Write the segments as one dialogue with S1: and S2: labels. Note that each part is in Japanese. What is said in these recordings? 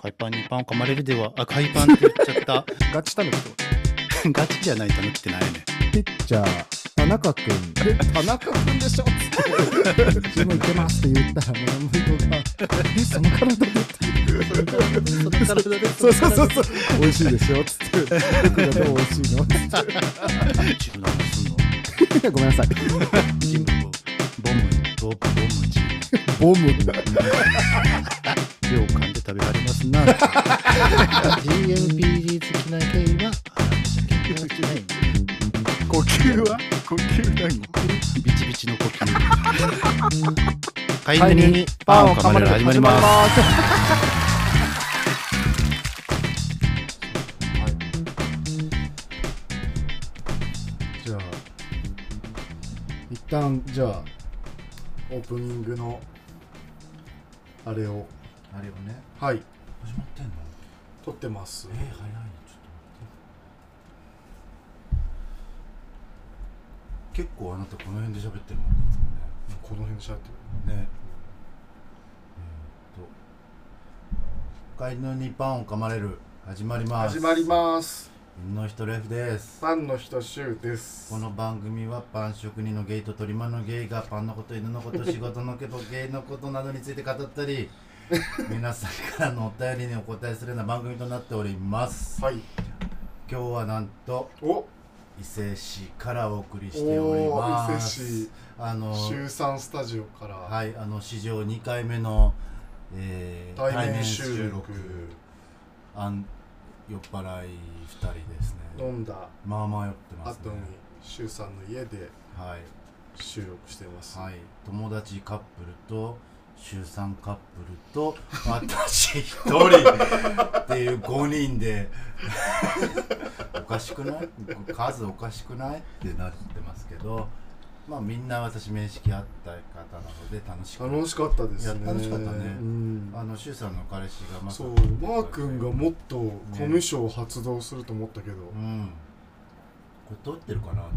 S1: ハイパンにパンを噛まれるでは、あ、ハイパンって言っちゃった。
S2: ガチたぬきと。
S1: ガチじゃないと抜きてないね。
S3: ピッチャー、田中君、
S2: で、田中くんでしょつって。
S3: 注文いけますって言ったら、もう南部が、え、その体で
S1: その体で、
S3: そうそうそうそう、美味しいでしょつって、僕がどう美味しいのつっ
S1: 自分の話すんの。
S3: て、ごめんなさい。
S1: 自分のボム、ボム、ボムチ。
S3: ボ ム。
S1: 量を噛んで食べられますな。GMPG 好きな経緯は、あなただけじゃない。
S2: 呼吸は呼吸何
S1: ビチビチの呼吸。飼い犬にパンを噛まれる始まります。
S3: じゃあ、一旦、じゃあ、オープニングの、あれを、
S4: あれをね
S3: はい、
S4: 始まってんの
S3: 撮ってます
S4: えー、。早いなちょっと待って結構あなたこの辺で喋ってるもんねいつも
S3: この辺で喋って
S4: ねねえーっと「飼い犬にパンを噛まれる」始まり
S3: る。
S4: ます
S3: 始まります。
S4: 犬の人レフです
S3: パンの人シュウです。
S4: この番組はパン職人のゲイと取り魔のゲイがパンのこと犬のこと仕事のことゲイのことなどについて語った り皆さんからのお便りにお答えするような番組となっております
S3: はい。
S4: 今日はなんと
S3: お、
S4: 伊勢市からお送りしており
S3: お
S4: ま
S3: ー、伊勢
S4: す
S3: 市、
S4: あの
S3: 週三スタジオから、
S4: はいあの史上2回目の、えー
S3: 対面収録
S4: あん酔っ払い2人です
S3: 飲
S4: ね
S3: んだ
S4: まあまあ酔ってます
S3: 後
S4: ね
S3: に周さんの家で
S4: はい
S3: 収録してます。
S4: はい、友達カップルと週三カップルと私一人っていう5人で おかしくない数おかしくないってなってますけどまあみんな私面識あった方なので楽しく
S3: 楽しかったですね。
S4: いや楽しかったね
S3: うん
S4: あの週さんの彼氏がまさ
S3: そ
S4: か
S3: う、マー君がもっとコミュ障を発動すると思ったけど、
S4: うんこれ撮ってるかなちゃん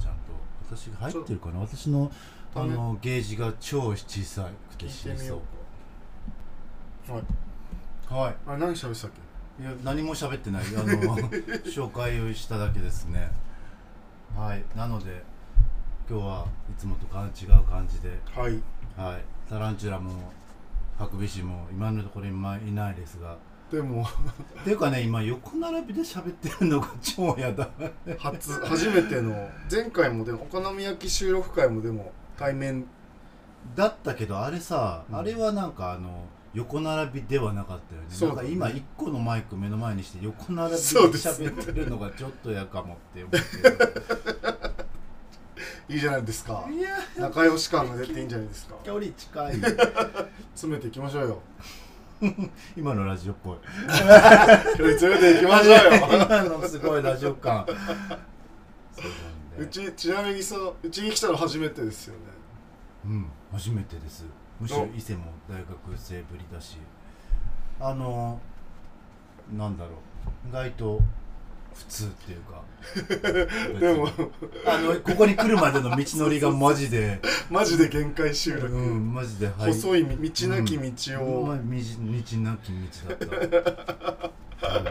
S4: と私が入ってるかな私のあのゲージが超小さくて死
S3: 聞い
S4: に
S3: てみ
S4: そ
S3: ようか。はい。
S4: うはい
S3: あれ何喋ってたっけ
S4: いや何も喋ってないあの 紹介をしただけですねはいなので今日はいつもとか違う感じで、
S3: はい。
S4: はい、タランチュラもハクビシンも今のところ今いないですが
S3: でも、
S4: っていうかね今横並びで喋ってるのが超やだ
S3: 初、初めての、前回もでも、お好み焼き収録会もでも、対面、
S4: だったけどあれさ、
S3: うん
S4: あれはなんかあの横並びではなかったよね
S3: そう
S4: なん
S3: だ
S4: か
S3: ね
S4: 今一個のマイク目の前にして横並びで
S3: そうですね
S4: 喋ってるのがちょっとやかもって思って る
S3: いいじゃないですか。
S4: いや
S3: 仲良し感が出ていいんじゃないですか。
S4: 距離近い
S3: 詰めていきましょ うよ。
S4: 今のラジオっぽい
S3: 距離詰めていきましょうよ。
S4: 今のすごいラジオ感そうなん
S3: う
S4: で
S3: ち、ちなみにその、うちに来たの初めてですよね。
S4: うん初めてですむしろ
S3: お
S4: 伊勢も大学生ぶりだしあのなんだろう意外と普通っていう か別
S3: でも
S4: に、あのここに来るまでの道のりがマジで
S3: マジで限界収録。
S4: うんマジではい
S3: 細いみ道なき道を、
S4: うんまあみじ道なき道だった、うん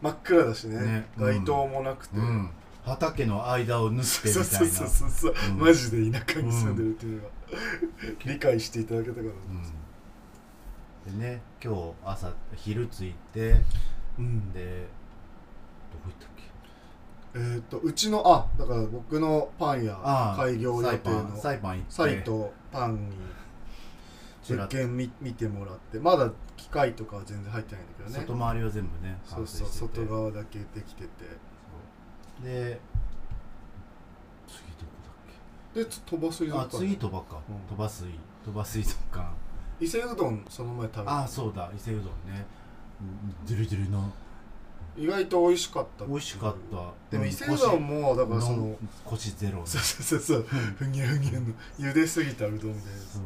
S3: 真っ暗だしね
S4: ね
S3: 街灯もなくて、
S4: うん、畑の間を縫ってみたい
S3: そう
S4: な
S3: そうそうそうそう、
S4: うん
S3: マジで田舎に住んでるっていうのが、理解していただけたかな、
S4: うん、でね今日朝昼着いてでど
S3: うん
S4: こ行ったっけ
S3: えーっとうちのあだから僕のパン屋
S4: ああ
S3: 開業予定の
S4: サイパン行って
S3: サイとパンに
S4: ちら
S3: 物
S4: っと
S3: 件見見てもらってまだ機械とかは全然入ってないんだけどね
S4: 外回りは全部ね
S3: そう
S4: 完成し
S3: そう
S4: てて
S3: 外側だけできてて
S4: そうで次どこだっけ
S3: でつ鳥羽水族
S4: あ
S3: 館
S4: 次鳥羽か
S3: うん
S4: 鳥羽水鳥羽水族館
S3: 伊勢うどんその前食べ
S4: あ
S3: た
S4: あそうだ伊勢うどんねドゥルドゥルの
S3: 意外と美味しかったっていう
S4: 美味しかった
S3: でも伊勢うどんもだからその
S4: の腰ゼロ
S3: そうそうそうそうふにゃふにゃの茹ですぎたうどんみたいなやつ
S4: そう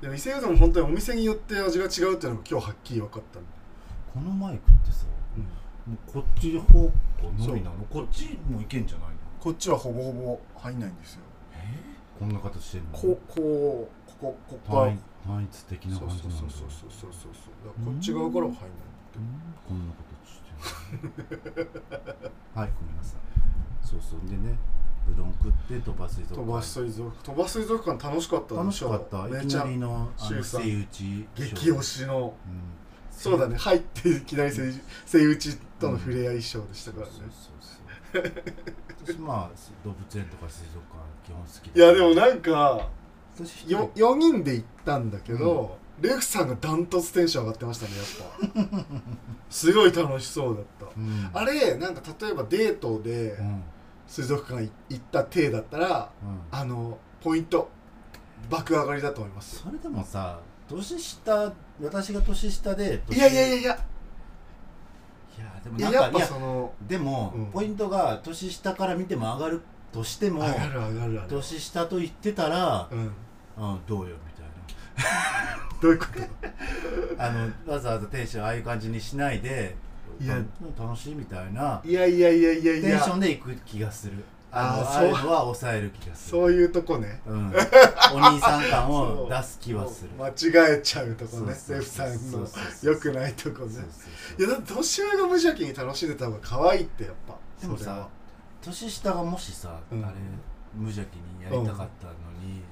S3: でも伊勢うどん本当にお店によって味が違うっていうのが今日はっきり分かったの、
S4: このマイクってさもうこっち方向のみなのこっちもいけんじゃないの
S3: こっちはほぼほぼ入んないんですよ
S4: こんな形してんの
S3: こうこうここここが
S4: 単一単一的な
S3: そう
S4: 感じ
S3: そう
S4: な
S3: そ
S4: ん
S3: う
S4: だ
S3: そうそうそうそうそうだからこっち側からは入んない
S4: こんなことしてるはいごめんなさいそうそうでねうどん食って鳥羽水族
S3: 鳥羽水族鳥羽水族館楽しかった
S4: 楽しかった
S3: め
S4: いき
S3: ち
S4: な
S3: ゃ
S4: りのあ
S3: シュ
S4: の
S3: ウさん
S4: セイウチ
S3: 激推しの
S4: うん
S3: そうだね入っていきなりセイセイウチとの触れ合いショーでした
S4: そう
S3: からね、
S4: そうそう私 まあ動物園とか水族館基本好き
S3: いやでもなんか
S4: 私一人
S3: よ4人で行ったんだけど、レフさんがダントツテンション上がってましたねやっぱ すごい楽しそうだった、
S4: うん
S3: あれなんか例えばデートで
S4: うん
S3: 水族館行った体だったら
S4: うん
S3: あのポイント爆上がりだと思いますよ
S4: それでもさ年下私が年下で
S3: い
S4: 年
S3: やいやいやいや
S4: いやでも
S3: い
S4: な
S3: や
S4: ん
S3: や
S4: か
S3: っ
S4: い
S3: ぱ
S4: や
S3: その
S4: でも、
S3: うん
S4: ポイントが年下から見ても上がるとしても
S3: 上がる上がる上がる、
S4: 年下と言ってたら、
S3: うん、
S4: うん、どうよみた
S3: どういうこと
S4: いなあのわざわざテンションああいう感じにしないで
S3: いや
S4: た楽しいみたいない
S3: やいやいやいや
S4: テ
S3: い
S4: ンショ
S3: や
S4: ンで行く気がするあの
S3: あー
S4: ああいうのは抑える気がする
S3: そういうとこね
S4: うん、お兄さん感を出す気はする
S3: 間違えちゃうとこ
S4: そうそ
S3: ね
S4: うそう
S3: レフさんの
S4: そうそうそう
S3: 良くないとこ
S4: そう
S3: ね
S4: そうそ
S3: い
S4: う
S3: やだって年上が無邪気に楽しんでた方が可愛いってやっぱ
S4: でも
S3: それは
S4: さ年下がもしさ、
S3: うん
S4: あれ無邪気にやりたかったのに、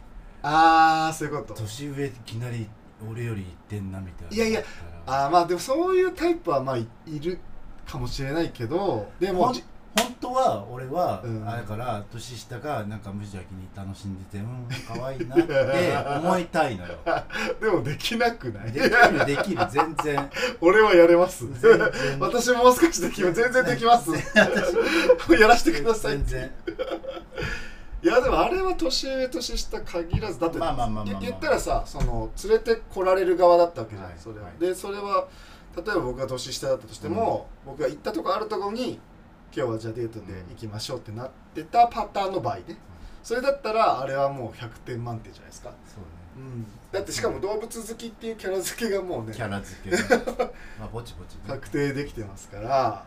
S3: ああそういうこと
S4: 年上いきなり俺より言ってんなみたいない
S3: やいや
S4: だったら
S3: ああまあでもそういうタイプはまあいいるかもしれないけどでも
S4: ほん本当は俺は、
S3: うん
S4: あれから年下がなんか無邪気に楽しんでてうん可愛いな って思いたいのよ
S3: でもできなくな
S4: で
S3: い
S4: きるできる全 然
S3: 俺はやれます
S4: 全然
S3: 私もう少しできます全然で きます やらせてください
S4: 全然
S3: いやでもあれは年上年下限らずだって
S4: まあまあまあまあまあ
S3: 言ったらさその連れてこられる側だったわけじゃない、
S4: はい
S3: それは、
S4: はい
S3: でそれは例えば僕が年下だったとしても、僕が行ったとこあるとこに今日はじゃあデートで行きましょうってなってたパターンの場合ね、それだったらあれはもう100点満点じゃないですか、
S4: そうね
S3: うん、だってしかも動物好きっていうキャラ付けがもうね
S4: キャラ付 けがまあぼちぼちね
S3: 確定できてますから
S4: まあ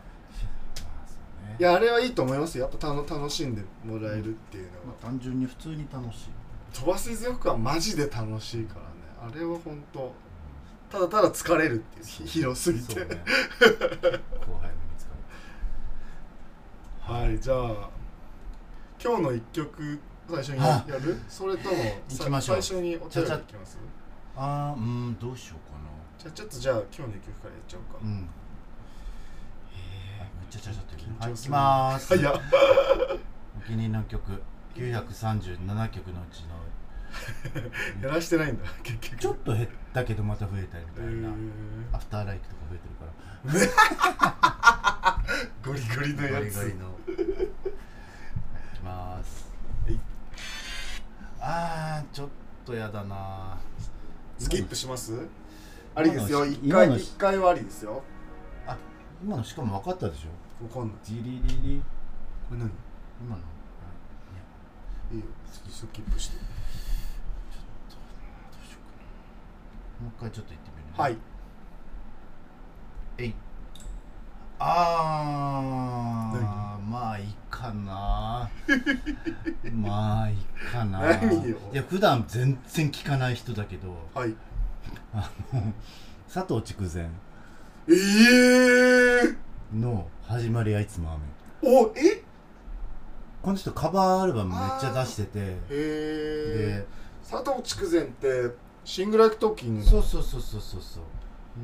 S4: そうね
S3: いやあれはいいと思いますよやっぱたの楽しんでもらえるっていうのは、
S4: まあ単純に普通に楽しい
S3: 鳥羽水族館マジで楽しいからねあれは本当ただただ疲れるっていうひ広すぎて、
S4: そう ね後輩も見つか
S3: はいじゃあ今日の一曲最初に
S4: あ
S3: やるそれともさ
S4: 行きましょう
S3: 最初にお
S4: ちゃちゃ
S3: 便りいきます
S4: るああうんどうしようかな
S3: じゃあちょっとじゃあ今日の一曲からやっちゃおう
S4: う
S3: か、
S4: んえめっちゃちゃちゃってるはい
S3: 緊張
S4: い
S3: す
S4: き
S3: る
S4: まーす
S3: いや
S4: お気に入りの曲937曲のうちの
S3: やらしてないんだ 結局
S4: ちょっと減ったけどまた増えたりみた
S3: え
S4: いな
S3: ー
S4: アフターライクとか増えてるから
S3: ゴリゴリのやつ
S4: ゴリ ゴリのいきまーす
S3: はい
S4: あーちょっとやだな
S3: スキップしますあ
S4: 今の
S3: りですよ一
S4: 今の
S3: 回一回はありですよ
S4: 今のしかも分かったでしょ
S3: わかんない
S4: ディリリリ
S3: これ何
S4: 今の
S3: いいよスキップして
S4: どうしようかなもう一回ちょっと言ってみるね
S3: はい
S4: えいあーまあいいか なまあいいかな
S3: 何よ
S4: いや普段全然聞かない人だけど
S3: はい
S4: あの佐藤筑前
S3: ええ
S4: の「始まりはいつも雨
S3: おえ」
S4: この人カバーアルバムめっちゃ出してて
S3: へえ
S4: で
S3: 佐藤筑前ってシングライクトーキング
S4: そう
S3: の
S4: そうそうそうそうそう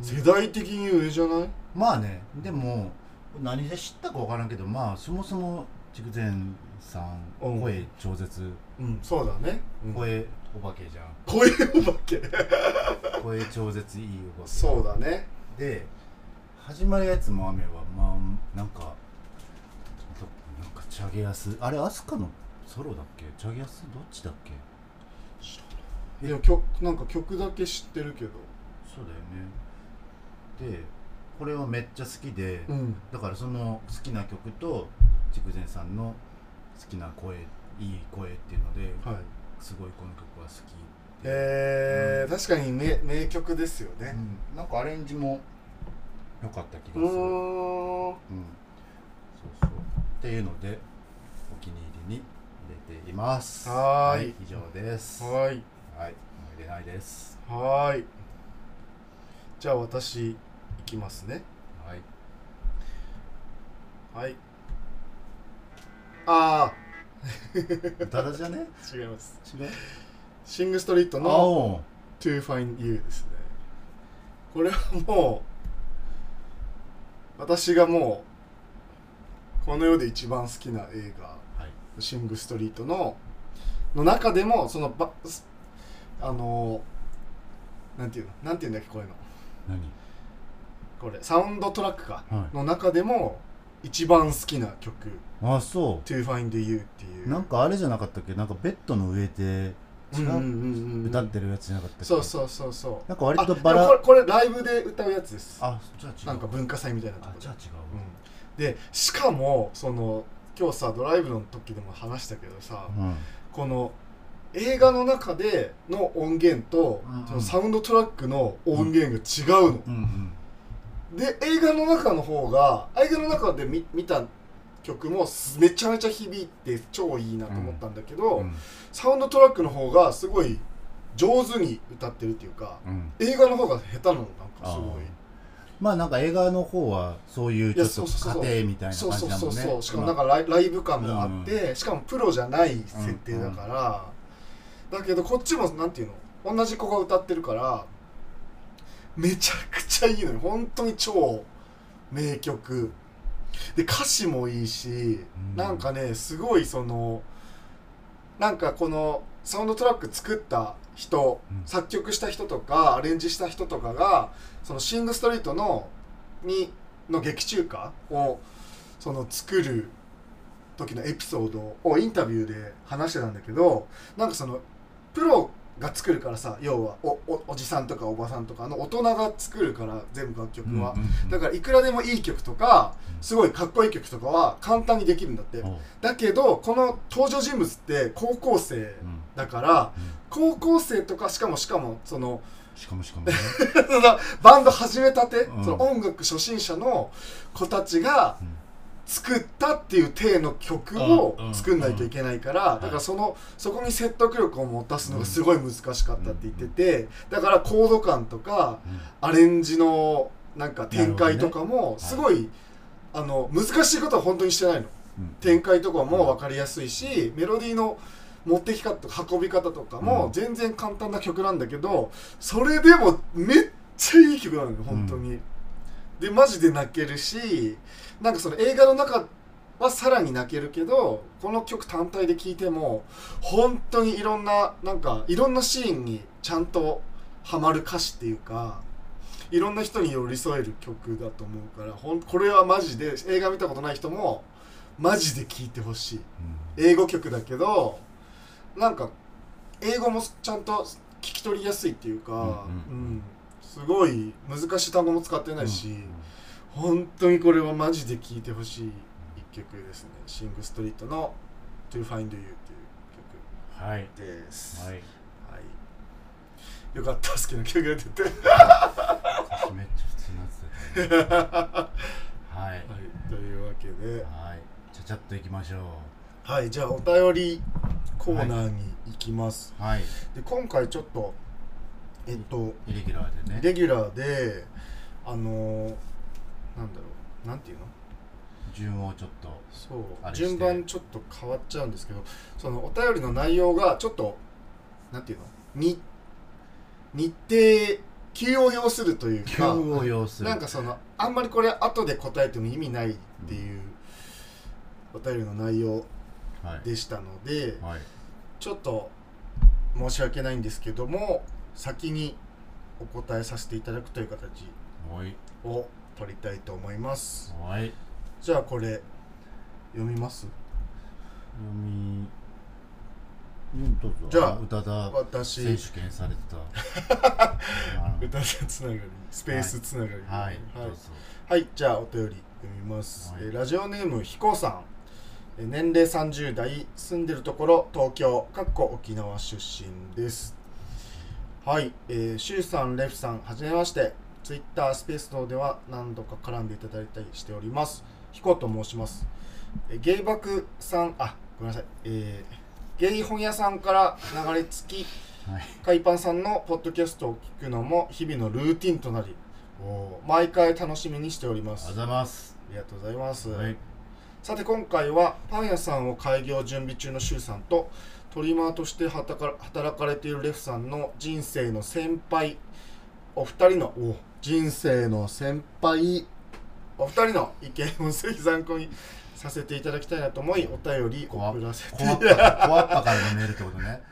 S3: 世代的に上じゃない
S4: まあねでも何で知ったか分からんけどまあそもそも筑前さん
S3: うん
S4: 声超絶
S3: うんそうだね、うん、
S4: 声お化けじゃん
S3: 声お化け
S4: 声超絶いいお化け
S3: そうだね
S4: で始まるやつも雨はまあなんかどなんかチャゲアスあれアスカのソロだっけチャゲアスどっちだっけえ
S3: でも曲なんか曲だけ知ってるけど
S4: そうだよねでこれはめっちゃ好きで、
S3: ん
S4: だからその好きな曲と筑前さんの好きな声いい声っていうので
S3: はい
S4: すごいこの曲は好き
S3: えー確かに名名曲ですよ
S4: う
S3: ね
S4: んなんかアレンジも良かった気がす
S3: う
S4: る、う
S3: ーん
S4: ん、そうそうっていうのでお気に入りに入れています
S3: はーい
S4: 以上ですは
S3: はい
S4: い思い出ないです
S3: はーいじゃあ私いきますね
S4: はい
S3: はいあ
S4: 歌だじゃね
S3: あ違います
S4: 違う
S3: シング・ストリート
S4: あ
S3: の
S4: おう
S3: 「To Find You」ですねこれはもう私がもうこの世で一番好きな映画
S4: はい
S3: 「シング・ストリートの」の中でもそのばすあのなんていうのなんていうんだっけこういうの
S4: 何
S3: これサウンドトラックか、
S4: は
S3: の中でも一番好きな曲
S4: あそ
S3: 「To Find You」っていう
S4: うなんかあれじゃなかったっけなんかベッドの上で違
S3: うん
S4: う
S3: うんうんうん
S4: 歌ってるやつじゃなかったっけ
S3: そうそうそうそう
S4: なんか割と
S3: あ
S4: バラ
S3: でもこれこれライブで歌うやつです
S4: あじゃあ違う
S3: なんか文化祭みたいなとこ
S4: あ
S3: ろで
S4: じゃあ違
S3: う
S4: うん
S3: でしかもその今日さドライブの時でも話したけどさ、
S4: わうん
S3: この映画の中での音源と、
S4: うんうん
S3: そのサウンドトラックの音源が違うの、
S4: うんうん
S3: で映画の中の方が映画の中で見見た曲もすめちゃめちゃ響いて超いいなと思ったんだけど、
S4: うん
S3: サウンドトラックの方がすごい上手に歌ってるっていうか
S4: うん
S3: 映画の方が下手なのなんかすごい
S4: まあなんか映画の方はそういうちょっと
S3: いやそうそうそう
S4: 家庭みたいな
S3: そう
S4: 感じ
S3: そう
S4: だ
S3: そ
S4: も
S3: うん
S4: ね
S3: そう、しかもなんかライライブ感もあって、しかもプロじゃない設定だから、だけどこっちもなんていうの同じ子が歌ってるからめちゃくちゃいいのよ本当に超名曲で歌詞もいいし、
S4: うん
S3: なんかねすごいそのなんかこのサウンドトラック作った人、
S4: うん
S3: 作曲した人とかアレンジした人とかがそのシング・ストリートのにの劇中歌をその作る時のエピソードをインタビューで話してたんだけどなんかそのプロが作るからさ要はおおおじさんとかおばさんとかの大人が作るから全部楽曲は、
S4: うんうんうん
S3: だからいくらでもいい曲とかすごいかっこいい曲とかは簡単にできるんだって、
S4: おう
S3: だけどこの登場人物って高校生
S4: うん
S3: だから
S4: うん
S3: 高校生とかしかもしかもそ の
S4: しかもしかもね
S3: そのバンド始めたて、
S4: うん
S3: その音楽初心者の子たちが
S4: うん
S3: 作ったっていう体の曲を
S4: うん
S3: 作んないといけないから、
S4: ん
S3: だからそのそこに説得力を持たすのがすごい難しかったって言ってて、だからコード感とか
S4: うん
S3: アレンジのなんか展開とかも
S4: どね
S3: すごい、あの難しいことは本当にしてない
S4: う
S3: の。
S4: ん
S3: 展開とかも分かりやすいしメロディーの持ってき方とか運び方とか
S4: う
S3: も
S4: ん
S3: 全然簡単な曲なんだけどそれでもめっちゃいい曲なのよ本当に。でマジで泣けるしなんかその映画の中はさらに泣けるけどこの曲単体で聴いても本当にいろんななんかいろんなシーンにちゃんとハマる歌詞っていうかいろんな人に寄り添える曲だと思うからほんこれはマジで映画見たことない人もマジで聴いてほしい
S4: うん
S3: 英語曲だけどなんか英語もちゃんと聞き取りやすいっていうか、
S4: う
S3: うんん
S4: うん
S3: すごい難しい単語も使ってないし、
S4: うん
S3: 本当にこれはマジで聴いてほしい一曲ですね「シング・ストリート」の「To Find You」っていう
S4: はい
S3: 曲です、
S4: は
S3: はい
S4: い
S3: よかった好きな曲が出て、はい、
S4: 私めっちゃ普通のやつ だったねはい
S3: というわけで
S4: はいちゃちゃっといきましょ
S3: はいじゃあお便りコーナーに行きます、
S4: うはい
S3: で今回ちょっとえっと
S4: イレギュラーでね
S3: レギュラーであのーなんだろうなんていうの
S4: 順をちょっとあ
S3: そう
S4: れして
S3: 順番ちょっと変わっちゃうんですけどそのお便りの内容がちょっとなんていうのに日程急を要するという
S4: 急
S3: か
S4: を要する
S3: なんかそのあんまりこれ後で答えても意味ないっていうお便りの内容
S4: はい
S3: でしたので
S4: はい
S3: ちょっと申し訳ないんですけども先にお答えさせていただくという形
S4: はい
S3: を取りたいと思います
S4: はい
S3: じゃあこれ読みます
S4: 読みうんどうぞ
S3: じゃあ
S4: 宇多田
S3: 私
S4: 選手権されて たあの
S3: 歌つながりスペースつながり
S4: はい
S3: は
S4: ど
S3: いう
S4: ぞ
S3: はいじゃあお便り読みます、
S4: はい
S3: えーラジオネームひこさんえー年齢30代住んでるところ東京かっこ沖縄出身ですはい、えー、シュウさんレフさんはじめましてツイッタースペース等では何度か絡んでいただいたりしておりますひこと申しますえーゲイバクさんあごめんなさい、えーゲイ本屋さんから流れ着き
S4: はい
S3: 海パンさんのポッドキャストを聞くのも日々のルーティンとなりおー毎回楽しみにしておりま
S4: ありがとうご
S3: す
S4: ざいます
S3: ありがとうございます、
S4: はい
S3: さて今回はパン屋さんを開業準備中の周さんとトリマーとして働か働かれているレフさんの人生の先輩お二人のお人生の先輩お二人の意見をぜひ参考にさせていただきたいなと思いお便り
S4: 怖っ
S3: 送らせて
S4: 怖っぱ 怖っぱからのメールってこと ね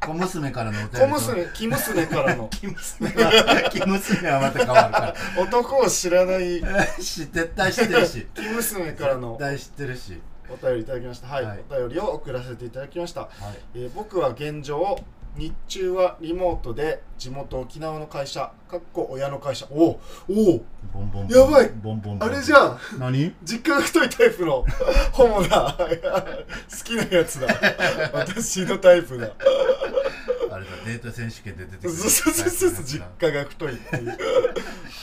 S4: 小娘からのお便りと
S3: 小 娘生娘からの
S4: 小娘は小娘はまた変わるか
S3: 男を知らない生
S4: ら し絶対知ってるし
S3: 娘から の
S4: 絶対知ってるし
S3: お便りいただきましたはい、
S4: はい
S3: お便りを送らせていただきました
S4: はい
S3: えー僕は現状日中はリモートで地元沖縄の会社かっこ親の会社おうおう
S4: ボンボンボン
S3: やばい
S4: ボンボンボ
S3: あ
S4: ン
S3: れじゃん
S4: 何
S3: 実家が太いタイプの ホモだ 好きなやつ だ私のタイプだ
S4: あれだデート選手権で出てく
S3: そう
S4: る
S3: そうそうそう実家が太いって いう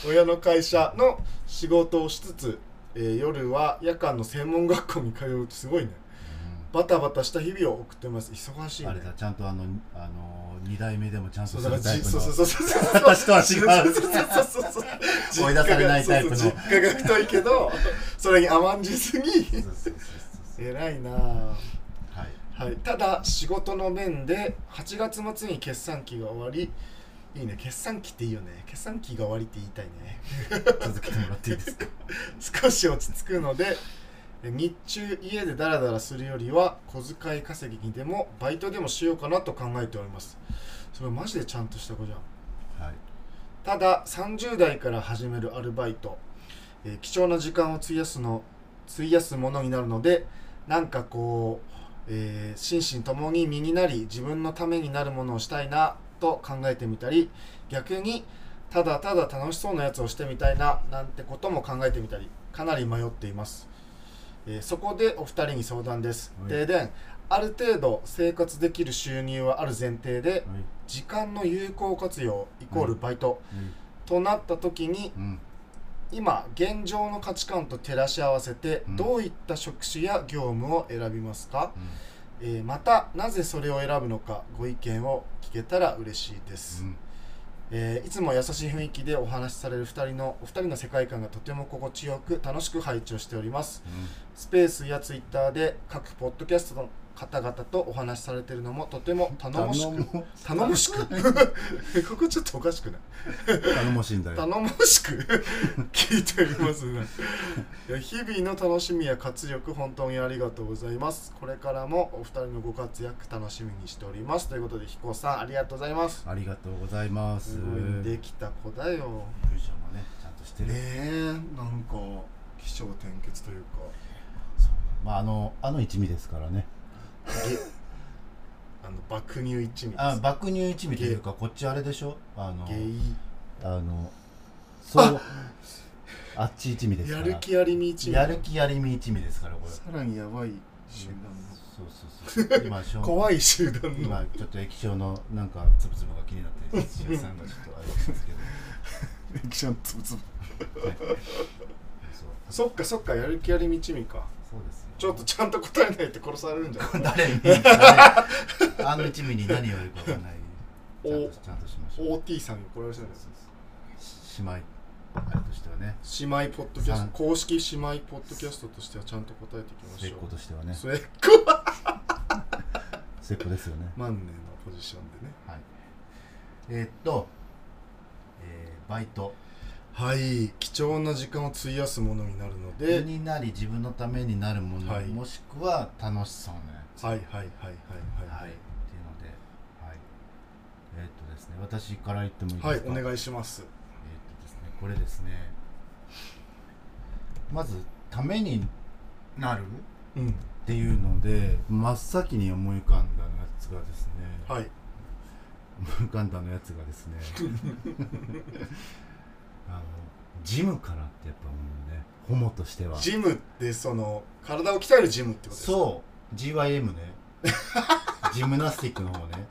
S3: 親の会社の仕事をしつつ、えー夜は夜間の専門学校に通うってすごいねバタバタした日々を送ってます忙しい
S4: うん
S3: ね
S4: あれだちゃんとあのあの二代目でもちゃん
S3: そ
S4: とする
S3: うだから
S4: タイ
S3: じ
S4: プ
S3: そうそ
S4: の
S3: うそうそうそう
S4: 私とは違う
S3: そうそうそう そうそう
S4: 追い出されないタイプの
S3: そうそう実家が太いけどそれに甘んじすぎ
S4: そうそうそうそう
S3: 偉いなあ
S4: はい
S3: はい、ただ仕事の面で8月末に決算期が終わりいいね決算期っていいよね決算期が終わりって言いたいね
S4: 続けてもらっていいですか
S3: 少し落ち着くのでえ日中家でダラダラするよりは小遣い稼ぎにでもバイトでもしようかなと考えておりますそれマジでちゃんとした子じゃん
S4: はい
S3: ただ30代から始めるアルバイト、えー貴重な時間を費やすの費やすものになるのでなんかこう、えー心身ともに身になり自分のためになるものをしたいなと考えてみたり逆にただただ楽しそうなやつをしてみたいななんてことも考えてみたりかなり迷っています、えーそこでお二人に相談です
S4: はい
S3: 停電ある程度生活できる収入はある前提で
S4: はい
S3: 時間の有効活用イコールバイト、
S4: はい
S3: となった時に
S4: うん
S3: 今現状の価値観と照らし合わせて
S4: うん
S3: どういった職種や業務を選びますか、
S4: うん
S3: えーまたなぜそれを選ぶのかご意見を聞けたら嬉しいです、
S4: うん
S3: えーいつも優しい雰囲気でお話しされる2人のお二人の世界観がとても心地よく楽しく拝聴しておりますスペースやツイッターで各ポッドキャストの方々とお話しされているのもとても頼もしく
S4: 頼も
S3: 頼もしくここちょっとおかしくない
S4: 頼もしいんだよ
S3: 頼もしく 聞いておりますねいや日々の楽しみや活力本当にありがとうございますこれからもお二人のご活躍楽しみにしておりますということで彦さんありがとうございます
S4: ありがとうございます
S3: すごいできた子だよね
S4: 文章もねちゃんとしてる、
S3: えなんか起承転結というか
S4: まああのあの一味ですからね
S3: げあの爆乳一味で
S4: あ
S3: す
S4: 爆乳一味というかこっちあれでしょあの
S3: ゲイ
S4: あのそうあっち一味ですか
S3: や
S4: ら
S3: る気ありみ一味
S4: やる気やりみ一味ですからこれ
S2: さらにやばい集団
S4: そうそうそう今しょう
S3: 怖い集団の
S4: 今ちょっと液晶のなんかつぶつぶが気になって土屋さんがちょっとあれなんですけど
S2: の歴史のつぶつぶ
S4: そう
S3: そっかそっかやる気ありみ一味か
S4: そうですよ
S3: ちょっとちゃんと答えないと殺されるんじゃない
S4: 誰に誰あの一味に何を言うかわかんないちゃん
S3: お
S4: とちゃんとしましょう
S3: OT さんに怒られそうです
S4: 姉妹あれとしてはね
S3: 姉妹ポッドキャ
S4: さ
S3: スト
S4: ん
S3: 公式姉妹ポッドキャストとしてはちゃんと答えていきま
S4: 末
S3: し
S4: っ
S3: ょ
S4: 子
S3: う
S4: としてはね
S3: 末っ子
S4: 末っ子ですよね
S3: 万年のポジションでね
S4: はいえーっと、えーバイト
S3: はい貴重な時間を費やすものになるの
S4: 気
S3: で
S4: になり自分のためになるもの、
S3: はい
S4: もしくは楽しそうなやつ
S3: はいはいはいは
S4: はい、
S3: い
S4: っていうので、はい、えーっとですね、私から言ってもいいです
S3: はいはい
S4: か。
S3: お
S4: えーっ
S3: 願いします
S4: とですね、これですね。まず、ためになるっ
S3: うん
S4: ていうので、真っ先に思い浮かんだやつがですね。
S3: はい
S4: 思い浮かんだのやつがです ね。あの、ジムかなってやっぱ思うね、ホモとしては。
S3: ジムってその体を鍛えるジムってことですか
S4: そう、G. Y. M. ね。ジムナスティックの方ね。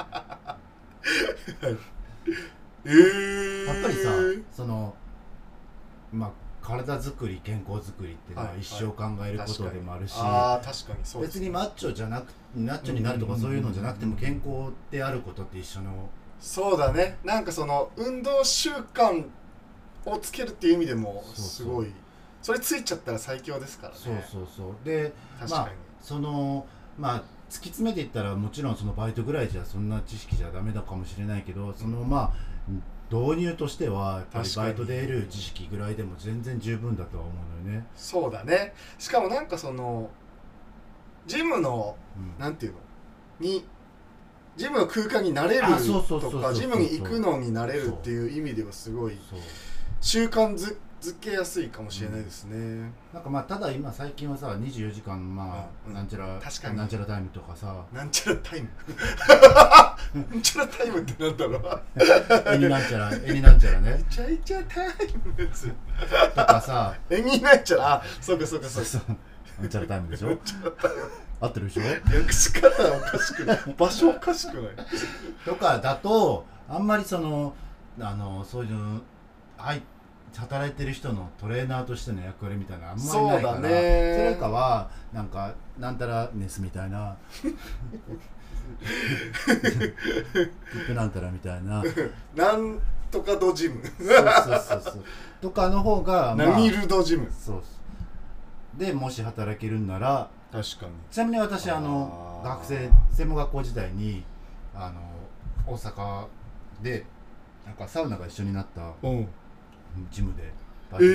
S3: えー、
S4: やっぱりさそのまあ体作り健康作りって、まあ
S3: はい
S4: 一生考えることでもあるし、
S3: あー確かにそうです
S4: 別にマッチョじゃなくマッチョになると
S3: う
S4: か
S3: んうん
S4: そ
S3: うん
S4: う
S3: うん
S4: いうのじゃなくても健康であることって一緒の
S3: そうだねなんかその運動習慣をつけるっていう意味でも
S4: そうそう
S3: すごいそれついちゃったら最強ですからね
S4: そうそうそうで
S3: 確
S4: まあ
S3: か
S4: そのまあ突き詰めていったらもちろんそのバイトぐらいじゃそんな知識じゃダメだかもしれないけどそのまあ導入としてはやっぱり
S3: 確か
S4: バ
S3: に
S4: イトで得る知識ぐらいでも全然十分だとは思うのよね、
S3: にそうだねしかもなんかそのジムの
S4: うん
S3: なんていうのにジムの空間に慣れる
S4: あそうそうそう
S3: と
S4: そうそう
S3: かジムに行くのに慣れるっていう意味ではすごい
S4: そう
S3: 習慣づづけやすいかもしれないですね、
S4: なんかまあただ今最近はさ24時間まあ、
S3: うん
S4: なんちゃら
S3: 確かに
S4: なんちゃらタイムとかさ
S3: なんちゃら タイムなんちゃらタイムってなんだろ う
S4: 絵になんちゃら絵になんちゃらね
S3: めちゃいちゃタイムのやつ
S4: とかさ
S3: 縁起ないっちゃらあそうかそうか
S4: そ
S3: そううか
S4: そうなんちゃらタイムでしょ合ってるでしょ
S3: 略し方おかしくない場所おかしくない
S4: とかだとあんまりそのあのそういうのはい働いてる人のトレーナーとしての役割みたいなのあんまりないから
S3: そうだね
S4: それよりかはなんかなんたらネスみたい なピップなんたらみたいなそう
S3: なんとかドジム
S4: そうそうそうとかの方がまあ
S3: 何ルドジム
S4: そうそうでもし働けるんなら
S3: 確かに
S4: ちなみに私あの
S3: あー
S4: 学生専門学校時代にあの大阪でなんかサウナが一緒になった
S3: うん
S4: ジムでバイトしてたことがあって
S3: え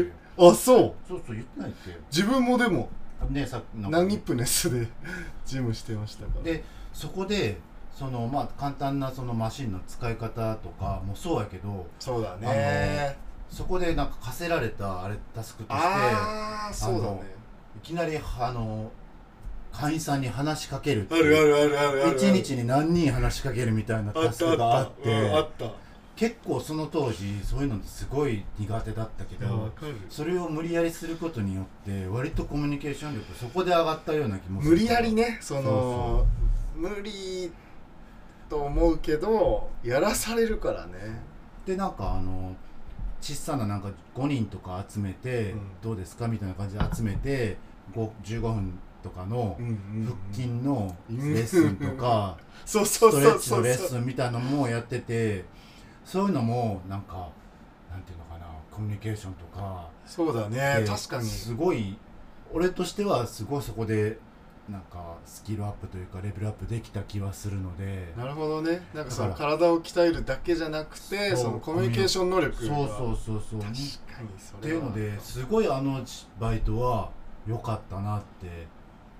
S3: ーあそう
S4: そうそう言ってないっけ
S3: 自分もでも
S4: ねさなんか
S3: 何ニップネスで ジムしてましたから
S4: でそこでそのまあ簡単なそのマシンの使い方とかもそうやけど
S3: そうだ
S4: ねそこでなんか課せられたあれタスクとして
S3: ああーそうだね
S4: いきなりあの会員さんに話しかけるって
S3: あ
S4: いう
S3: るあるあるあるある
S4: 一日に何人話しかけるみたいな
S3: あ
S4: タ
S3: っ
S4: スク
S3: た
S4: が
S3: あ
S4: あ
S3: っ
S4: った
S3: うん
S4: て
S3: あったい
S4: 結構その当時そういうのってすごい苦手だったけ
S3: やわ
S4: ど
S3: かる
S4: それを無理やりすることによって割とコミュニケーション力そこで上がったような気もする
S3: 無理やりねその無理と思うけどやらされるからね
S4: でなんかあの小さななんか5人とか集めて、
S3: うん
S4: どうですかみたいな感じで集めてご15分とかの腹筋のレッスンとか、
S3: そう そ
S4: スト
S3: う
S4: レ
S3: そ
S4: ッ
S3: う
S4: チ
S3: そ
S4: の
S3: う
S4: レッスンみたいなのもやっててそういうのもなんかなんていうのかなコミュニケーションとか、
S3: そうだね
S4: で
S3: 確かに
S4: すごい俺としてはすごいそこでなんかスキルアップというかレベルアップできた気はするので
S3: なるほどねなんかその
S4: だか
S3: 体を鍛えるだけじゃなく
S4: そう
S3: てそのコミュニケーション能力
S4: そう
S3: が
S4: そうそうそうっ
S3: 確かにそれ
S4: ていう
S3: は
S4: のですごいあのバイトは良かったなって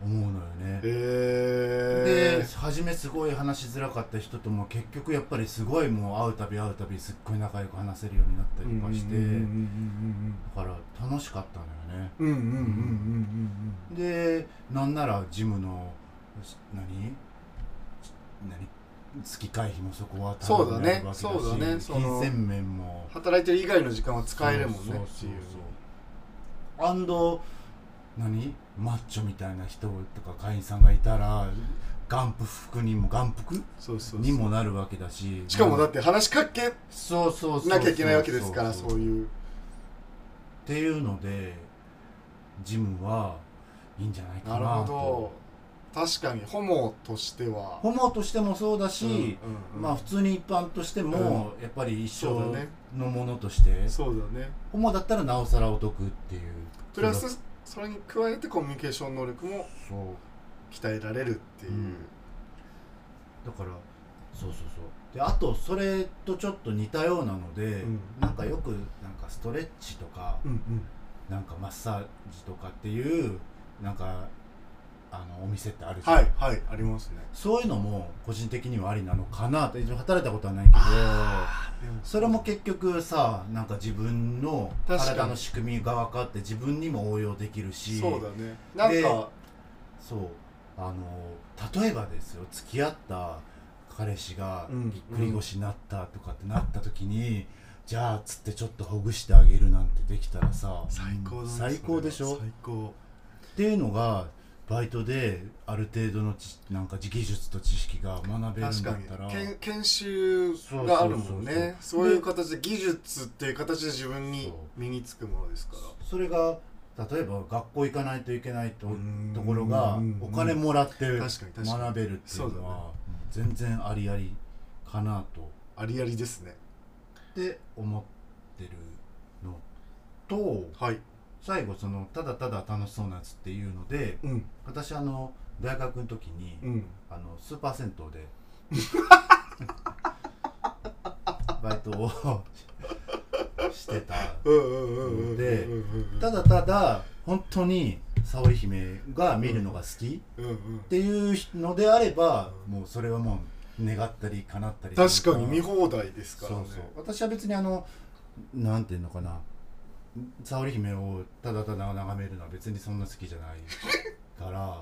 S4: 思うのよね
S3: え
S4: で初めすごい話しづらかった人とも結局やっぱりすごいもう会うたび会うたびすっごい仲良く話せるようになったりとかして、
S3: うんうん
S4: だから楽しかったのよね
S3: うんうんうんうんうんうん
S4: でなんならジムのし何何月会費もそこは
S3: そうだ
S4: 頼んであ
S3: ね
S4: るわけ
S3: そうだね
S4: し
S3: その
S4: 金銭面も
S3: 働いてる以外の時間は使えるもん
S4: そ
S3: ね
S4: う
S3: って
S4: そうそう
S3: いう
S4: アンド何マッチョみたいな人とか会員さんがいたら眼福にも眼福
S3: そうそう
S4: にもなるわけだし
S3: しかもだって話しかけ
S4: そうそうそう
S3: なきゃいけないわけですからそう
S4: っ
S3: いう
S4: ていうのでジムはいいんじゃない
S3: な
S4: か
S3: る
S4: な
S3: ほ
S4: と
S3: ど確かにホモとしては
S4: ホモとしてもそうだし、
S3: うんうんうん
S4: まあ普通に一般としても、やっぱり一
S3: そうだ
S4: 生
S3: ね
S4: のものとして、
S3: そうだね
S4: ホモだったらなおさらお得っていう
S3: プラスそれに加えてコミュニケーション能力も
S4: そう
S3: 鍛えられるっていう、
S4: うんだからそうそうそうであとそれとちょっと似たようなので、
S3: うん
S4: なんかよくなんかストレッチとか、
S3: うんうん
S4: なんかマッサージとかっていうなんかあのお店ってあるじゃん
S3: はいはいありますね
S4: そういうのも個人的にはありなのかなって働いたことはないけどそれも結局さなんか自分の
S3: 確かに
S4: 体の仕組みが分かって自分にも応用できるし
S3: そうだねなん
S4: で
S3: か
S4: そうあの例えばですよ付き合った彼氏が
S3: うん
S4: ぎっくり腰になったとかってなった時に、じゃあつってちょっとほぐしてあげるなんてできたらさ
S3: 最高だね
S4: 最高でしょ
S3: それは最高
S4: っていうのがバイトである程度のちなんか技術と知識が学べるん
S3: 確
S4: だ
S3: か
S4: ったら
S3: に研研修があるもんね
S4: そ
S3: そ
S4: そ
S3: う
S4: うそうそう
S3: ういう形で技術っていう形で自分に身につくものですから
S4: それが例えば学校行かないといけないと
S3: うん
S4: ところが
S3: うん
S4: お金もらって
S3: 確かに確かに
S4: 学べるっていうのは全然ありありかかなと
S3: ありありですね
S4: って思ってるのと
S3: はい
S4: 最後そのただただ楽しそうなやつっていうので
S3: うん
S4: 私あの大学の時に、
S3: うん
S4: あのスーパー銭湯 でバイトを してた
S3: うんうんうんうん
S4: で
S3: うんうん
S4: ただただ本当に沙織姫が見るのが好き
S3: うんうん
S4: っていうのであればもうそれはもう願ったり叶ったり
S3: 確かに見放題です
S4: そ
S3: か
S4: う
S3: らね
S4: そう私は別にあのなんていうのかな沙織姫をただただ眺めるのは別にそんな好きじゃない から、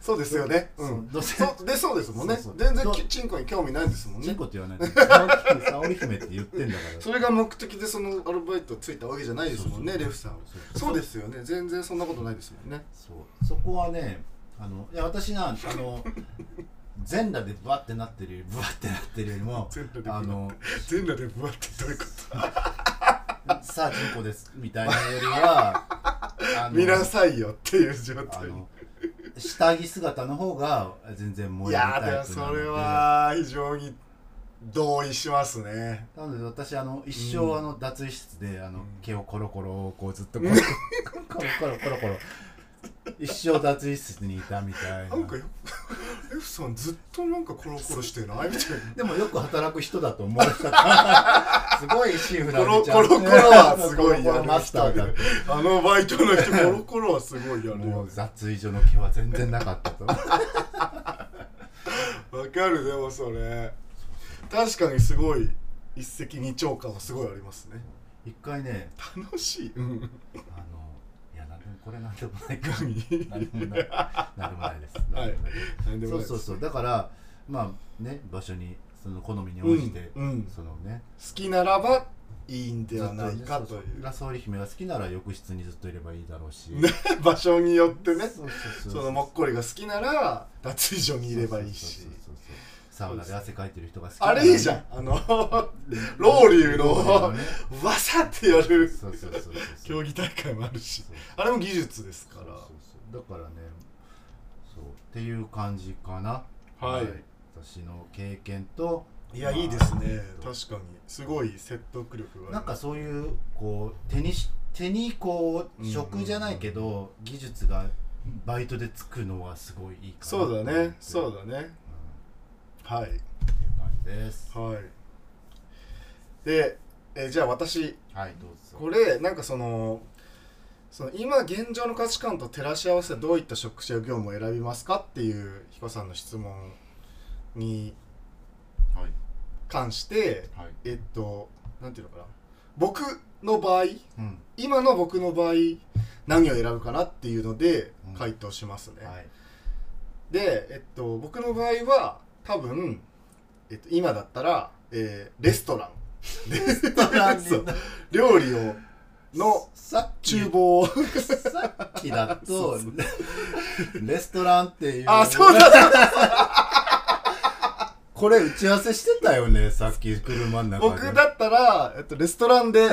S3: そうですよねう
S4: そうんどうせ
S3: そうでそうですもんね
S4: そうそう
S3: 全然
S4: ど
S3: きチンコに興味ないですもん
S4: チン
S3: ね
S4: コって言わない で沙織姫沙織姫って言ってんだから
S3: それが目的でそのアルバイトついたわけじゃないですもんね
S4: そうそう
S3: レフさんは
S4: そう
S3: そうですよね全然そんなことないですもんね
S4: そうそこはねあのいや私なあの全裸でブワってなってるよりブワってなってるよりも
S3: 全裸でブワ
S4: あ
S3: ッ
S4: の
S3: 全裸でブワってどういうこと
S4: さあチンコですみたいなより はあ
S3: 見なさいよっていう状態
S4: あの下着姿の方が全然
S3: い
S4: 燃える
S3: やーで
S4: タイプ
S3: も
S4: なの
S3: そ
S4: で
S3: れは非常に同意しますね
S4: なので私あの一生あの脱衣室であの毛をコロコロこうずっとこうコロコロコロコロ一生脱衣室にいたみたいな
S3: なんかよ F さんずっとなんかコロコロしてないみたいな
S4: でもよく働く人だと思われたか ら、すごいシーフな
S3: コロ
S4: おじちゃん
S3: コロコロはすごい
S4: コロコ
S3: や
S4: ロ
S3: る
S4: マスターだって。
S3: あのバイトの人コロコロはすごいやる
S4: も
S3: よ
S4: う
S3: ね
S4: 雑衣所の毛は全然なかったと。
S3: わかるでもそれ確かにすごい一石二鳥感はすごいありますね
S4: 一回ね、
S3: 楽しい、うん、
S4: あの、いや、なんでもこれなんでもないか。なんでもない。なんでもないです。
S3: は
S4: なんでもな
S3: い
S4: いです
S3: 何でも
S4: そう
S3: ないです
S4: そうそう。だから、まあね、場所に、その好みに
S3: う
S4: 応じて
S3: ん、うん、
S4: そのね、
S3: 好きならばいいんで
S4: ずっ
S3: は
S4: と
S3: ない
S4: ね
S3: か
S4: そう
S3: とい
S4: そううラソーリ姫が好きなら浴室にずっといればいいだろう し。
S3: ね場所によってね
S4: そうそう
S3: そのもっこりが好きなら脱衣所にいればいいし
S4: そうそうそうそうサウナで汗かいてる人が好き
S3: あれいいじゃんあの ロウリュウの
S4: ね
S3: わさってやる
S4: そうそうそうそう
S3: 競技大会もあるしあれも技術ですか
S4: そうそうそうだからねそうっていう感じかな
S3: ら
S4: 私の経験と
S3: いやいいですね確かにすごい説得力がある
S4: なんかそういうこう手にし手にこう
S3: うん
S4: 職じゃないけど技術がバイトでつくのはすごいいいかな
S3: そうだねそう
S4: だ、
S3: だね
S4: うん
S3: はい
S4: っていう感じです
S3: はいでえーじゃあ私
S4: はいどうぞ
S3: これなんかそのその今現状の価値観と照らし合わせてどういった職種や業務を選びますかっていう彦さんの質問に
S4: はい
S3: 関して
S4: はい
S3: えっとなんていうのかな僕の場合
S4: うん
S3: 今の僕の場合何を選ぶかなっていうので
S4: うん
S3: 回答しますね、
S4: はい
S3: で、えっと、僕の場合は多分、えっと、今だったら、えーレストランでそう料理をの
S4: さっき
S3: 厨房を
S4: さっきだとレストランっていう
S3: あそうだそうだ
S4: これ打ち合わせしてたよねさっき車の中で
S3: 僕だったら、えっと、レストランで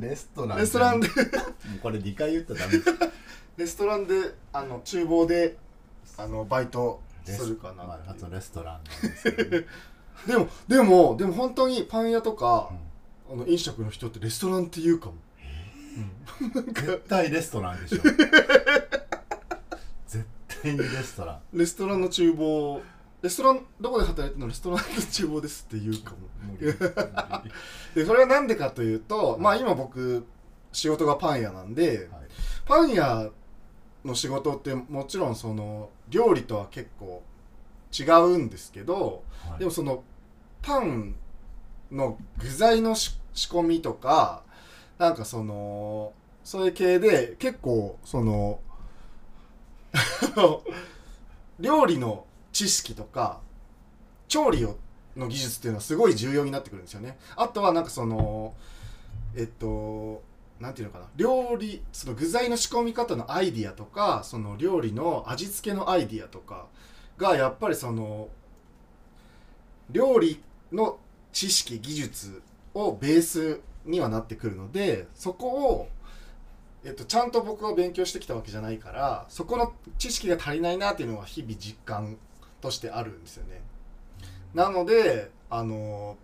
S4: レストラン
S3: レストランで
S4: もうこれ2回言ったらダメだ
S3: レストランであの厨房であのバイトするかな
S4: まあ、
S3: っ
S4: あ
S3: てい
S4: と
S3: う
S4: レストランなんですけどね、
S3: でもでもでも本当にパン屋とか
S4: う、ん
S3: あの飲食の人ってレストランって言うかも、うんなん
S4: 絶
S3: か
S4: 対レストランでし ょ絶対にレストラン
S3: レストランの厨房レストランどこで働いてるのレストランの厨房ですって言うかも
S4: 無 理無理
S3: でそれはなんでかというとまあ今僕仕事がパン屋なんで
S4: はい
S3: パン屋の仕事ってもちろんその料理とは結構違うんですけど
S4: はい
S3: でもそのパンの具材のし仕込みとかなんかそのそういう系で結構その料理の知識とか調理をの技術っていうのはすごい重要になってくるんですよね。あとはなんかそのえっとなんていうのかな料理その具材の仕込み方のアイディアとかその料理の味付けのアイディアとかがやっぱりその料理の知識技術をベースにはなってくるのでそこを、えっと、ちゃんと僕は勉強してきたわけじゃないからそこの知識が足りないなっていうのは日々実感としてあるんですよね。なのであの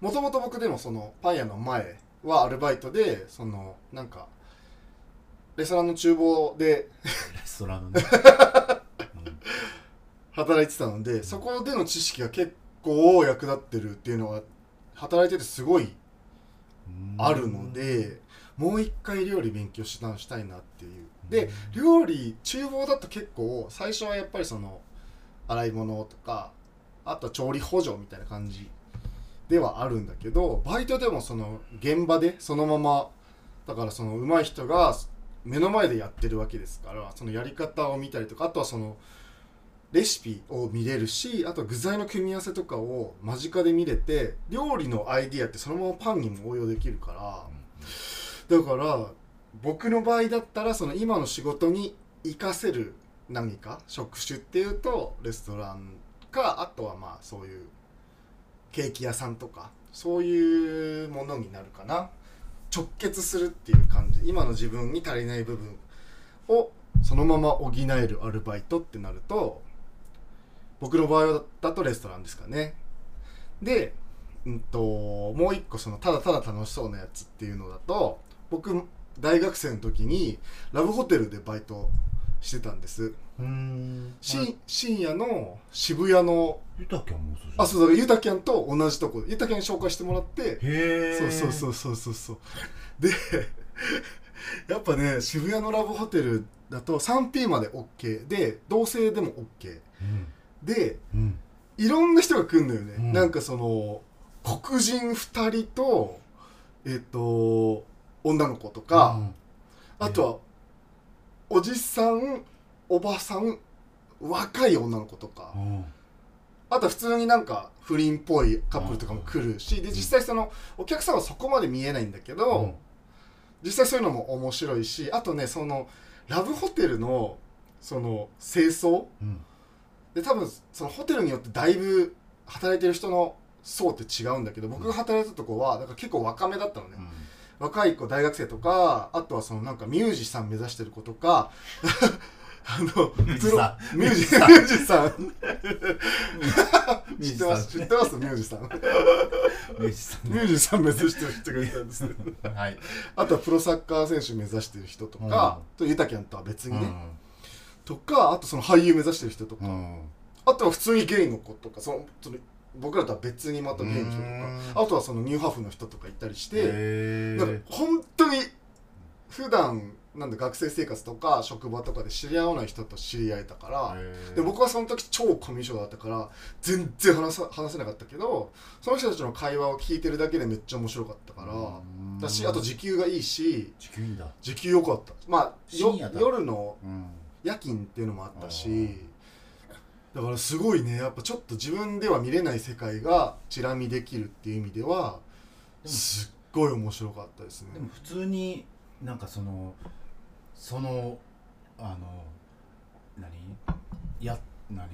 S3: もともと僕でもそのパン屋の前はアルバイトでそのなんかレストランの厨房で
S4: レストランのね、うん
S3: 働いてたのでそこでの知識が結構役立ってるっていうのが働いててすごい あるので、もう一回料理勉強し直したいなっていうで料理厨房だと結構最初はやっぱりその洗い物とかあとは調理補助みたいな感じではあるんだけどバイトでもその現場でそのままだからその上手い人が目の前でやってるわけですからそのやり方を見たりとかあとはそのレシピを見れるしあと具材の組み合わせとかを間近で見れて料理のアイディアってそのままパンにも応用できるから。だから僕の場合だったらその今の仕事に活かせる何か職種っていうとレストランかあとはまあそういうケーキ屋さんとかそういうものになるかな直結するっていう感じ今の自分に足りない部分をそのまま補えるアルバイトってなると僕の場合だとレストランですかねでうんともう一個そのただただ楽しそうなやつっていうのだと僕大学生の時にラブホテルでバイトしてたんです、
S4: うん
S3: し
S4: はい
S3: 深夜の渋谷の
S4: ゆたきゃんもそうじゃん
S3: あそうだからゆたきゃんと同じとこゆたきゃんに紹介してもらって
S4: へえ
S3: そうそうそううそうそうそうで やっぱね渋谷のラブホテルだと 3P まで OK で同性でも OK
S4: うん
S3: で
S4: うん
S3: いろんな人が来るのよね、
S4: うん
S3: なんかその黒人2人とえっ、と女の子とか、あとはおじさんおばさん若い女の子とか、
S4: うんうん
S3: あとは普通になんか不倫っぽいカップルとかも来るし、で実際そのお客さんはそこまで見えないんだけど、実際そういうのも面白いしあとねそのラブホテルのその清掃
S4: うん
S3: で多分そのホテルによってだいぶ働いてる人の層って違うんだけど僕が働いたとこはなんか結構若めだったのね、
S4: うん
S3: 若い子大学生とかあとはそのなんかミュージシャン目指してる子とかあの
S4: ミュージシャ
S3: プロミュージシャンミュージシャン
S4: ミュ
S3: 知
S4: ー
S3: っ
S4: ジ
S3: て
S4: シャ
S3: ま
S4: ン
S3: す知ってますミュージシャン
S4: ミュージシャン
S3: ミュージシャン目指してる人がいたんです ね
S4: はい
S3: あとはプロサッカー選手目指してる人とか、とゆたきゃんとは別にね、とかあとその俳優目指してる人とか、
S4: うんうん
S3: あとは普通にゲイの子とかそのその僕らとは別にまたゲイの人
S4: うー
S3: とかあとはそのニューハーフの人とかいたりして、
S4: へ
S3: なんか本当に普段なんだ学生生活とか職場とかで知り合わない人と知り合えたから、で僕はその時超コミュ障だったから全然話さ話せなかったけどその人たちの会話を聞いてるだけでめっちゃ面白かったから、だしあと時給がいいし
S4: 地球いいんだ
S3: 時給良かったまあよ
S4: 深夜だ
S3: 夜の
S4: うん
S3: 夜勤っていうのもあった
S4: あ
S3: し
S4: ー
S3: だからすごいねやっぱちょっと自分では見れない世界がチラ見できるっていう意味では
S4: でも
S3: すっごい面白かったですね
S4: でも普通になんかそのそのあの何や何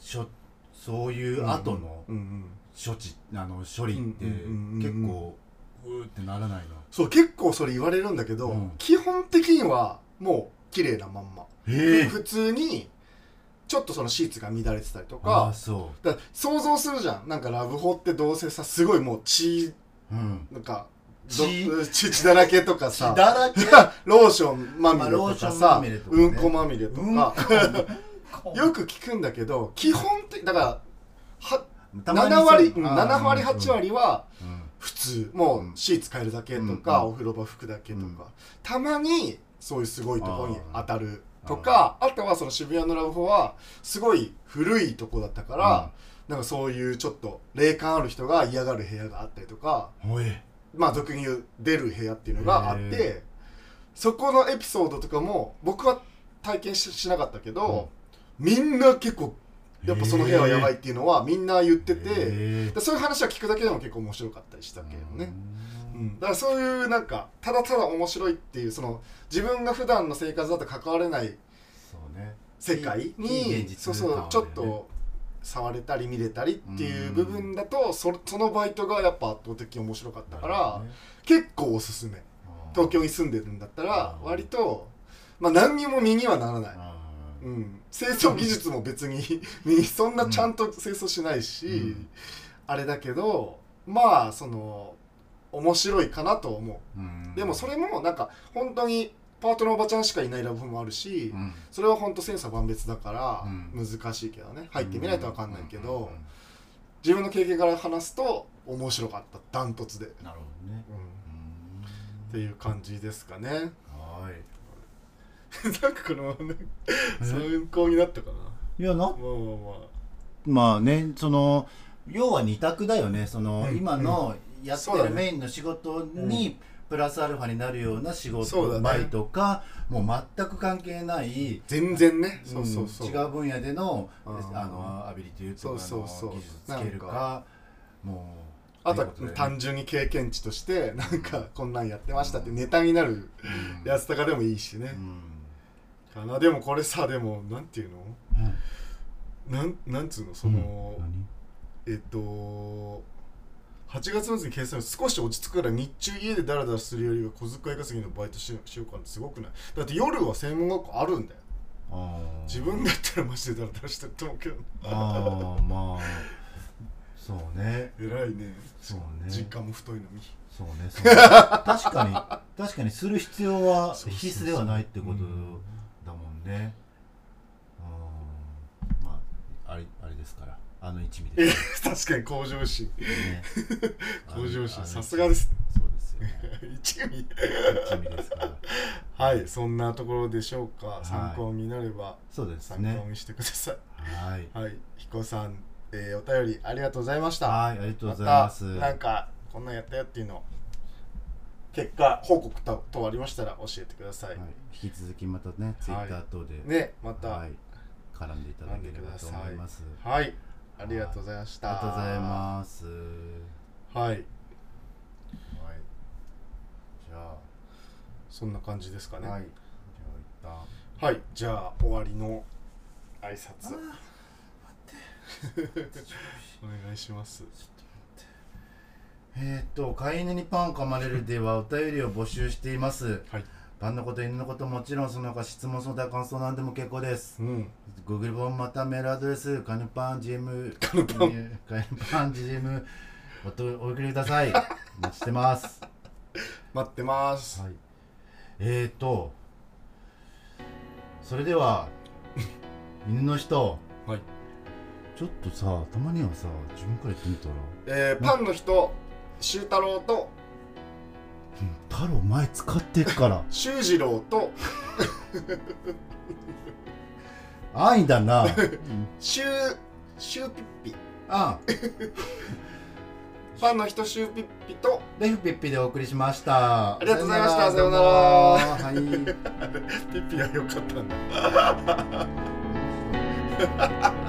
S4: しょそういう後の
S3: うんうん
S4: 処置あの処理って
S3: うんうんうんうん
S4: 結構うーってならないの
S3: そう結構それ言われるんだけど、
S4: うん
S3: 基本的にはもう綺麗なまんま、
S4: え
S3: ふ普通にちょっとそのシーツが乱れてたりと
S4: ああ
S3: か
S4: そ
S3: だから想像するじゃんなんかラブホってどうせさすごいもう血
S4: ううん
S3: なんかど
S4: 血
S3: 血血だらけとかさ
S4: だらけ
S3: ローションまみ
S4: まあ
S3: れと
S4: ローショ
S3: か
S4: ンま
S3: さ、
S4: みれとかね
S3: うんこまみれとか、よ
S4: く
S3: く聞くんだけど基本的だからは
S4: たまに
S3: 7割
S4: そう
S3: うん
S4: あー
S3: 7割
S4: うん
S3: 8割は
S4: うん
S3: 普通もうシーツ変えるだけとか、
S4: うん
S3: お風呂場拭くだけとか、
S4: うん
S3: たまにそういうすごいとこに当たる
S4: あー
S3: とかあとはその渋谷のラブホはすごい古いとこだったから、なんかそういうちょっと霊感ある人が嫌がる部屋があったりとか
S4: うんおい
S3: まあ俗に言う出る部屋っていうのがあっ
S4: へ
S3: てそこのエピソードとかも僕は体験ししなかったけど、みんな結構やっぱその部屋はやばいっていうのはみんな言ってて、
S4: え
S3: でそういう話は聞くだけでも結構面白かったりしたけどね、う
S4: うん
S3: ん、だからそういうなんかただただ面白いっていうその自分が普段の生活だと関われない
S4: そうね
S3: 世界
S4: 非
S3: に、
S4: 現実
S3: そうそう
S4: 感
S3: ちょっ
S4: はね
S3: と触れたり見れたりっていううん部分だとそそのバイトがやっぱ圧倒的に面白かったか
S4: なるほ
S3: ら、
S4: どね
S3: 結構おすすめ
S4: あー
S3: 東京に住んでるんだったら
S4: うん
S3: 割と、まあ、何にも身にはならない
S4: あ
S3: うん、清掃技術も別に にそんなちゃんと清掃しないし、
S4: うん
S3: あれだけどまあその面白いかなと思
S4: うん
S3: うでもそれもなんか本当にパートのおばちゃんしかいないラブもあるし、
S4: うん
S3: それは本当千差万別だから
S4: う
S3: 難しいけどね、入ってみないと分かんないけど、
S4: うんうんうん
S3: 自分の経験から話すと面白かったダントツで、
S4: なるほどね
S3: うんっ
S4: うん
S3: ていう感じで すかね
S4: は
S3: なんかこのままね
S4: え
S3: 参考になったかなま
S4: いいやな
S3: あまあまあ
S4: まあねその要は二択だよねその、
S3: うん
S4: 今のやって
S3: そうだ
S4: る
S3: ね
S4: メインの仕事に、プラスアルファになるような仕
S3: そうだ
S4: 事、
S3: ね
S4: バイトかもう全く関係ない
S3: 全然ねそうそうそ
S4: ん
S3: う、
S4: 違う分野での
S3: あー
S4: あのアビリティとか
S3: そうそうそう
S4: 技術つけるか
S3: なん
S4: もう
S3: あとは
S4: ていうことだよね
S3: 単純に経験値としてなんかこんなんやってましたってネタになる
S4: うん
S3: やつとかでもいいしね
S4: うん、
S3: かなでもこれさでもなんていうの
S4: うん
S3: なんなんつうのその、
S4: 何
S3: えっと8月末に計算少し落ち着くから日中家でダラダラするよりは小遣い稼ぎのバイトししようかなってすごくないだって夜は専門学校あるんだよ
S4: あー
S3: 自分だったらマジでダラダラしてると思うけど
S4: ああまあそうね
S3: 偉いね
S4: そうね
S3: 実家も太いのに
S4: そうねそうね確か に確かにする必要は
S3: そうそうそう
S4: 必須ではないってこと
S3: うん
S4: だもんねうんまああれあれですからあの一味
S3: え
S4: です
S3: 確かに向上心
S4: ね
S3: 向上心
S4: あの
S3: さすがです
S4: そうですよね
S3: 一味
S4: 一味ですから
S3: はいそんなところでしょうか、
S4: い
S3: 参考になれば
S4: そうです
S3: 参考
S4: ね
S3: にしてください、
S4: はい
S3: はい彦さん、えーお便りありがとうございました
S4: はいありがとうござい
S3: ま
S4: ます
S3: たなんかこんなんやったよっていうのを結果報告ととありましたら教えてください、
S4: はい引き続きまたねツイッター等で
S3: ねまた
S4: は
S3: はいい、
S4: 絡んでいただければと思います
S3: ありがとうございまし
S4: あり
S3: た
S4: がとうございます
S3: すはい、はい、
S4: じゃあ
S3: そんな感じですかね
S4: は
S3: はいい、
S4: じゃあ
S3: じゃあ終わりの挨拶
S4: 一旦
S3: お願いします
S4: えーっと飼い犬にパンを噛まれるではお便りを募集しています
S3: はい
S4: パンのこと犬のこともちろんその他質問相談感想なんでも結構です
S3: うん
S4: Google 本またメールアドレスカヌパン GM
S3: カヌパン
S4: カヌパン GM おとお送りくだ さいお待ちしてます
S3: 待ってます、
S4: はいえーっとそれで は犬の人
S3: はい
S4: ちょっとさたまにはさ自分から言ってみたら
S3: えーパンの人修太郎と
S4: 太郎前使ってっから
S3: 修二郎と
S4: 安易だ な
S3: 修修ピッピ
S4: あ
S3: パンの人修ピッピと
S4: レフピッピでお送りしました
S3: ありがとうございました
S4: さよなら
S3: さ
S4: はい。
S3: ピッピは良かったんだ